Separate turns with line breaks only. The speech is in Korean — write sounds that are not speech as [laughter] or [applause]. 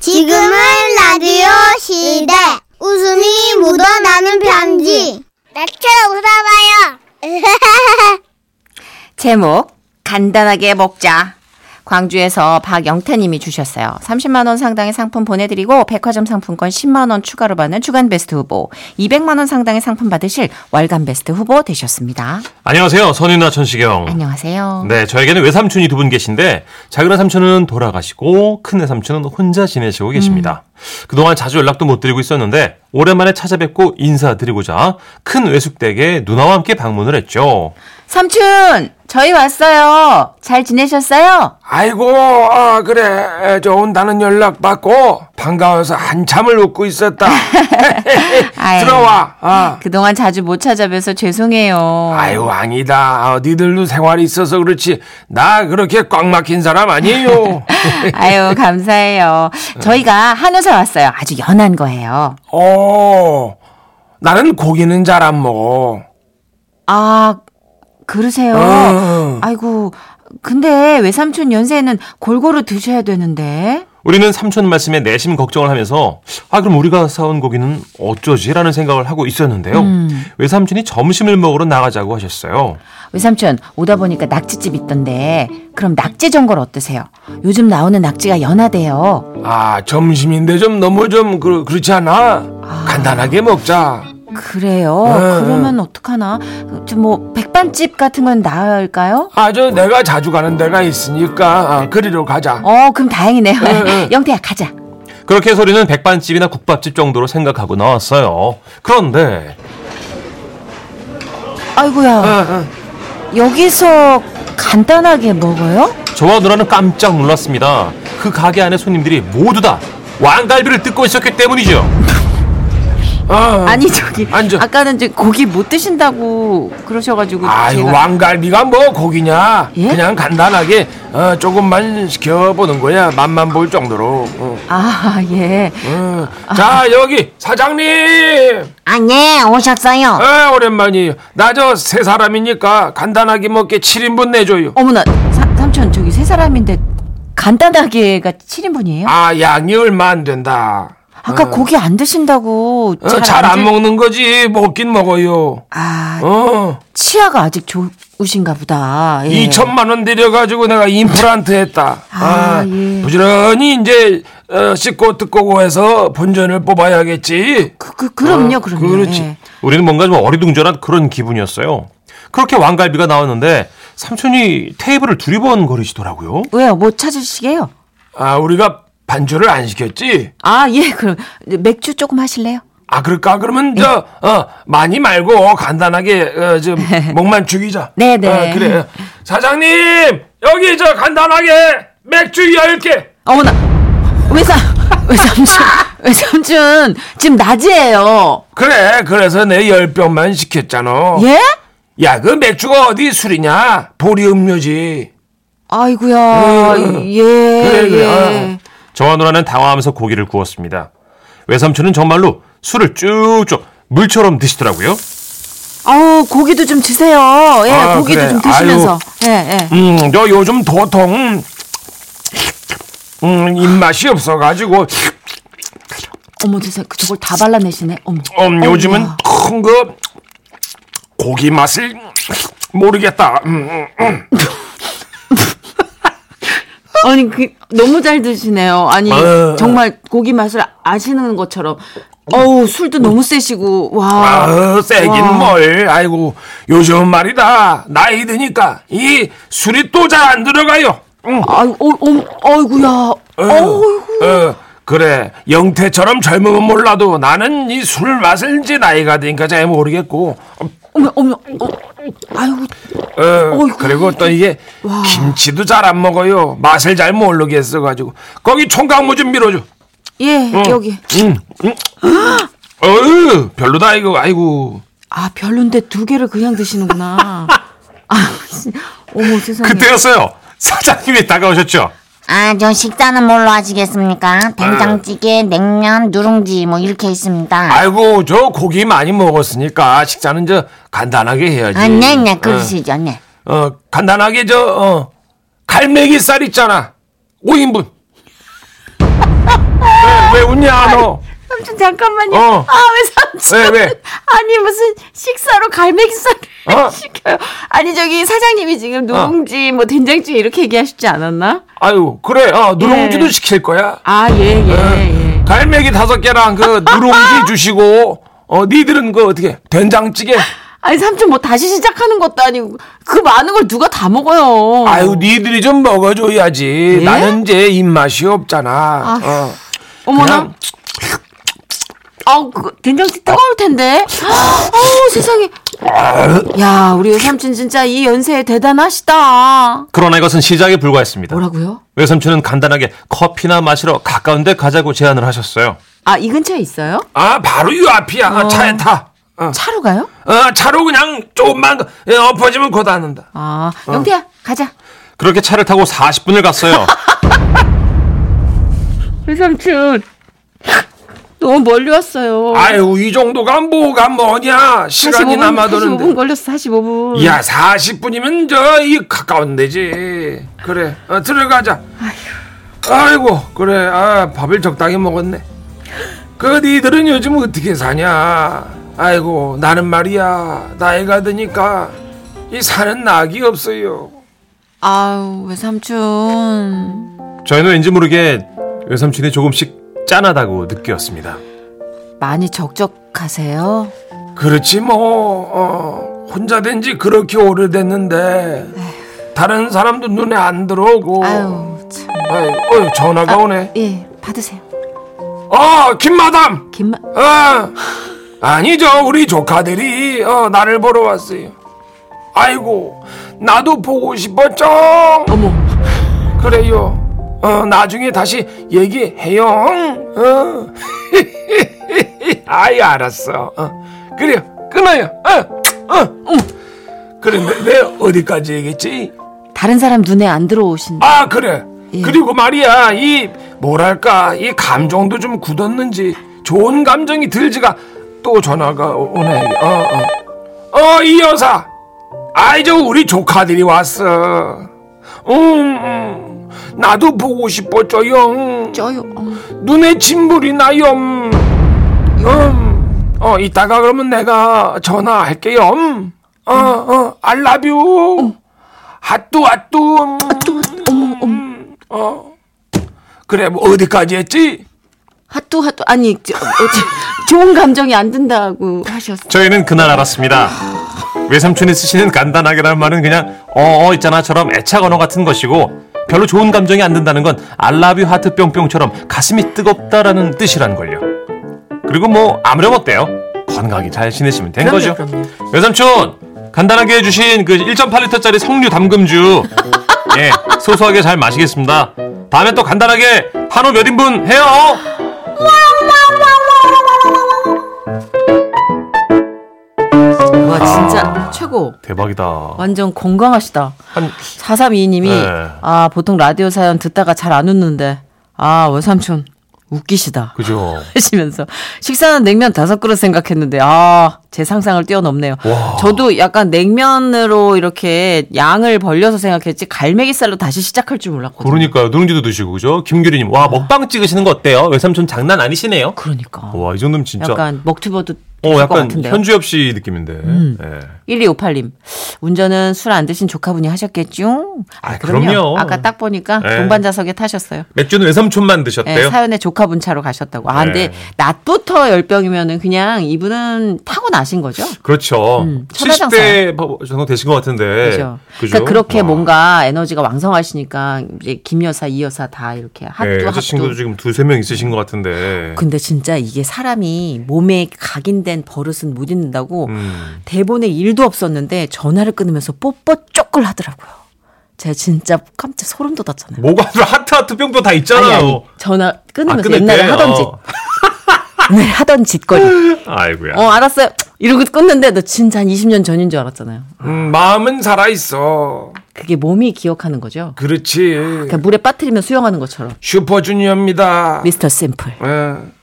지금은 라디오 시대. 웃음이 묻어나는 편지. 나처럼 웃어봐요.
제목 간단하게 먹자. 광주에서 박영태님이 주셨어요. 30만 원 상당의 상품 보내드리고 백화점 상품권 10만 원 추가로 받는 주간 베스트 후보, 200만 원 상당의 상품 받으실 월간 베스트 후보 되셨습니다.
안녕하세요. 선윤아 천시경.
안녕하세요.
네, 저에게는 외삼촌이 두 분 계신데 작은 삼촌은 돌아가시고 큰 외삼촌은 혼자 지내시고 계십니다.
음.
그동안 자주 연락도 못 드리고 있었는데 오랜만에 찾아뵙고 인사드리고자 큰 외숙댁에 누나와 함께 방문을 했죠.
삼촌, 저희 왔어요. 잘 지내셨어요?
아이고, 아, 그래. 저 온다는 연락 받고 반가워서 한참을 웃고 있었다.
아유,
들어와. 아.
그동안 자주 못 찾아뵈서 죄송해요.
아유, 아니다. 니들도 생활이 있어서 그렇지. 나 그렇게 꽉 막힌 사람 아니에요.
아유, 감사해요. 저희가 한우사 왔어요. 아주 연한 거예요.
[laughs] 어, 나는 고기는 잘 안 먹어.
아, 그러세요?
어.
아이고, 근데 외삼촌 연세에는 골고루 드셔야 되는데.
우리는 삼촌 말씀에 내심 걱정을 하면서 아 그럼 우리가 사온 고기는 어쩌지라는 생각을 하고 있었는데요.
음.
외삼촌이 점심을 먹으러 나가자고 하셨어요.
외삼촌 오다 보니까 낙지집 있던데 그럼 낙지 전골 어떠세요? 요즘 나오는 낙지가 연하대요.
아, 점심인데 좀 너무 좀 그, 그렇지 않아? 간단하게 먹자.
그래요?
네.
그러면 어떡하나? 좀 뭐 백반집 같은 건 나을까요?
아, 저 내가 자주 가는 데가 있으니까 아, 그리로 가자.
어, 그럼 다행이네요.
네, 네.
영태야 가자.
그렇게 해서 우리는 백반집이나 국밥집 정도로 생각하고 나왔어요. 그런데
아이고야.
네,
여기서 간단하게 먹어요?
저와 누나는 깜짝 놀랐습니다. 그 가게 안에 손님들이 모두 다 왕갈비를 뜯고 있었기 때문이죠.
어.
아니 저기
앉아.
아까는 저 고기 못 드신다고 그러셔가지고
아유
제가
왕갈비가 뭐 고기냐
예?
그냥 간단하게 어, 조금만 시켜보는 거야 맛만 볼 정도로 어,
아 예.
어. 자 여기 사장님
아 예 오셨어요.
아, 오랜만이에요 나 저 세 사람이니까 간단하게 먹게 7인분 내줘요
어머나 사- 삼촌 저기 세 사람인데 간단하게가 7인분이에요?
아 양이 얼마 안 된다
아, 까 고기 안 드신다고 잘안
어, 잘 안
드-
먹는 거지 먹긴 먹어요
아
어
치아가 아직 좋으신가 보다. 예.
2천만 원 들여가지고 내가 임플란트 했다 아,
아, 예.
부지런히 이제 어, 씻고 뜯고 해서 본전을 뽑아야겠지
그, 그 그럼요
어,
그럼요.
그렇지.
예.
우리는 뭔가 좀 어리둥절한 그런 기분이었어요. 그렇게 왕갈비가 나왔는데 삼촌이 테이블을 두리번거리시더라고요.
왜요 뭐 찾으시게요?
아, 우리가 반주를 안 시켰지?
아 예 그럼 맥주 조금 하실래요?
아, 그럴까? 그러면 저, 어, 많이 말고 간단하게,
[laughs]
어, 좀, 목만 죽이자.
네, 네.
어, 그래. 사장님! 여기 저 간단하게 맥주 10개!
어머나 외삼 외삼촌 외삼촌 지금 낮이에요.
그래, 그래서 내 10병만 시켰잖아.
예?
야, 그 맥주가 어디 술이냐? 보리 음료지.
아이구야
음.
예.
그래, 그래.
예.
저와 누나는 당황하면서 고기를 구웠습니다. 외삼촌은 정말로 술을 쭉쭉 물처럼 드시더라고요.
아우 고기도 좀 드세요. 예
아,
고기도
그래.
좀 드시면서 예 예.
음, 저 요즘 도통, 음, 입맛이 없어가지고,
어머 세상에 그 저걸 다 발라내시네. 어머.
음, 요즘은
어머야.
큰 거 고기 맛을 모르겠다. 음, 음.
아니 그 너무 잘 드시네요. 아니
아.
정말 고기 맛을 아시는 것처럼. 어우 술도 너무 세시고 와.
아, 세긴
와.
뭘. 아이고, 요즘 말이다. 나이 드니까 이 술이 또 잘 안 들어가요. 응.
아이고 어, 어, 아이구야. 어이구.
어, 그래. 영태처럼 젊으면 몰라도 나는 이 술 맛을 이제 나이가 드니까 잘 모르겠고.
어머 어머. 어, 아이고
어,
어이구.
그리고 또 이게 김치도 잘 안 먹어요. 맛을 잘 모르겠어가지고. 거기 총각무 좀 밀어줘.
예 여기.
음, 음. 어휴, 별로다 이거. 아이고.
아 별론데 두 개를 그냥
[laughs]
드시는구나. 아 씨. 어머 세상에.
그때였어요. 사장님이 다가오셨죠.
아, 저 식사는 뭘로 하시겠습니까? 된장찌개, 냉면, 누룽지 뭐 이렇게 있습니다.
아이고 저 고기 많이 먹었으니까 식사는 저 간단하게 해야지.
아, 네, 네, 그러시죠, 네.
어, 어, 간단하게 저 [laughs] 어, 갈매기살 있잖아. 5인분. 웃냐 너?
삼촌 잠깐만요.
어.
아 왜 삼촌?
왜, 왜?
아니 무슨 식사로 갈매기살을
어?
시켜요? 아니 저기 사장님이 지금 누룽지 뭐 된장찌개 이렇게 얘기하시지 않았나?
아유 그래 어, 누룽지도
예.
시킬 거야.
아 예 예 예.
어. 갈매기 다섯 개랑 그 [laughs] 누룽지 주시고 어 니들은 그 어떻게 된장찌개?
아니 삼촌 뭐 다시 시작하는 것도 아니고 그 많은 걸 누가 다 먹어요?
아유 니들이 좀 먹어줘야지.
예?
나는 이제 입맛이 네? 없잖아. 어.
어머나.
그냥-
아우 그 된장찌개 뜨거울 텐데. [gasps] 아우 세상에. 야 우리 삼촌 진짜 이 연세에 대단하시다.
그러나 이것은 시작에 불과했습니다.
뭐라고요?
외삼촌은 간단하게 커피나 마시러 가까운 데 가자고 제안을 하셨어요.
아 이 근처에 있어요?
아 바로 이 앞이야. 아, 차에 타. 어.
차로 가요?
어, 차로 그냥 조금만 더, 예, 엎어지면 곧 아는다.
아, 영태야, 가자.
그렇게 차를 타고 40분을
[laughs]
갔어요.
회삼촌. 너무 멀리 왔어요.
아유 이 정도가 뭐가 뭐냐 시간이
45분,
남아도는데
45분 걸렸어, 45분.
야 40분이면 저 이 가까운 데지 그래 어, 들어가자 아이고 그래 아 밥을 적당히 먹었네 그 니들은 요즘 어떻게 사냐 아이고 나는 말이야 나이가 드니까 이 사는 낙이 없어요
아우, 외삼촌.
저희는 왠지 모르게 외삼촌이 조금씩 짠하다고 느꼈습니다.
많이 적적하세요?
그렇지 뭐 어, 혼자 된 지 그렇게 오래됐는데 다른 사람도 눈에 안 들어오고
아유, 참.
아이, 어이, 전화가 오네
예, 받으세요.
어 김마담
김마,
어 아니죠 우리 조카들이 어, 나를 보러 왔어요 아이고 나도 보고 싶었죠
어머.
그래요 어 나중에 다시 얘기해요 어 [laughs] 아이 알았어 어 그래요 끊어요 어어 음. 그래 내, 내 어디까지 얘기했지
다른 사람 눈에 안 들어오신다. 예.
아 그래 그리고 말이야 이 뭐랄까 이 감정도 좀 굳었는지 좋은 감정이 들지가 또 전화가 오- 오네 어, 어어어이 여사 아이 저 우리 조카들이 왔어 음, 음 나도 보고 싶었죠요 음.
쪄요. 어.
눈에 진물이 나요 음. 음. 어 이따가 그러면 내가 전화할게요 음. 어어 알라뷰 핫뚜 핫뚜 음. 그래 뭐 어디까지 했지?
핫도, 핫도, 아니, 저, 어, 저, 좋은 감정이 안 든다고 하셨어.
저희는 그날 알았습니다. 외삼촌이 쓰시는 간단하게라는 말은 그냥 어어 있잖아처럼 애착 언어 같은 것이고 별로 좋은 감정이 안 든다는 건 알라뷰 하트 뿅뿅처럼 가슴이 뜨겁다라는 뜻이란 걸요. 그리고 뭐 아무렴 어때요? 건강히 잘 지내시면 된
그럼요,
거죠.
그럼요.
외삼촌 간단하게 해주신 그 1.8리터짜리 석류 담금주 예 소소하게 잘 마시겠습니다. 다음에 또 간단하게 한우 몇 인분 해요.
와, 진짜 최고.
대박이다.
완전 건강하시다.
한
4322님이
네.
아 보통 라디오 사연 듣다가 잘 안 웃는데 아 외삼촌 웃기시다 [laughs]
그죠.
하시면서 식사는 냉면 다섯 그릇 생각했는데 아 제 상상을 뛰어넘네요.
와.
저도 약간 냉면으로 이렇게 양을 벌려서 생각했지 갈매기살로 다시 시작할 줄 몰랐거든요.
그러니까요. 누룽지도 드시고 그죠? 김규리님 와 먹방 찍으시는 거 어때요? 외삼촌 장난 아니시네요.
그러니까
와 이 정도면 어, 진짜
약간 먹튜버도
어
될것
약간
같은데요. 음.
현주엽 씨 느낌인데. 예.
1258님. 운전은 술 안 드신 조카분이 하셨겠죠?
아, 그럼요.
아까 딱 보니까
네.
동반 좌석에 타셨어요.
맥주는 외삼촌만 드셨대요.
예, 사연의 조카분 차로 가셨다고. 아, 근데
네.
낮부터 열병이면은 그냥 이분은 타고 나신 거죠?
그렇죠.
음, 천하장사.
70대 정도 되신 것 같은데. 어.
그죠? 그러니까 그렇게
아.
뭔가 에너지가 왕성하시니까 이제 김 여사, 이 여사 다 이렇게 핫도 그
예, 여자친구도
핫도.
지금 두세 명 있으신 것 같은데.
근데 진짜 이게 사람이 몸에 각인된 버릇은 못 잊는다고
음.
대본에 일도 없었는데 전화를 끊으면서 뽀뽀 쪼글 하더라고요. 제가 진짜 깜짝 소름 돋았잖아요.
뭐가 하트 하트 뿅뿅 다
아니,
어. 있잖아요.
아니, 전화 끊으면서
끊을
옛날에
때?
하던 짓.
어. [laughs]
옛날에 하던 짓거리.
아이고야.
어, 알았어요. 이러고 끊는데 너 진짜 한 20년 전인 줄 알았잖아요.
음, 마음은 살아 있어.
그게 몸이 기억하는 거죠.
그렇지.
그러니까 물에 빠뜨리면 수영하는 것처럼.
슈퍼주니어입니다.
미스터 심플.
예.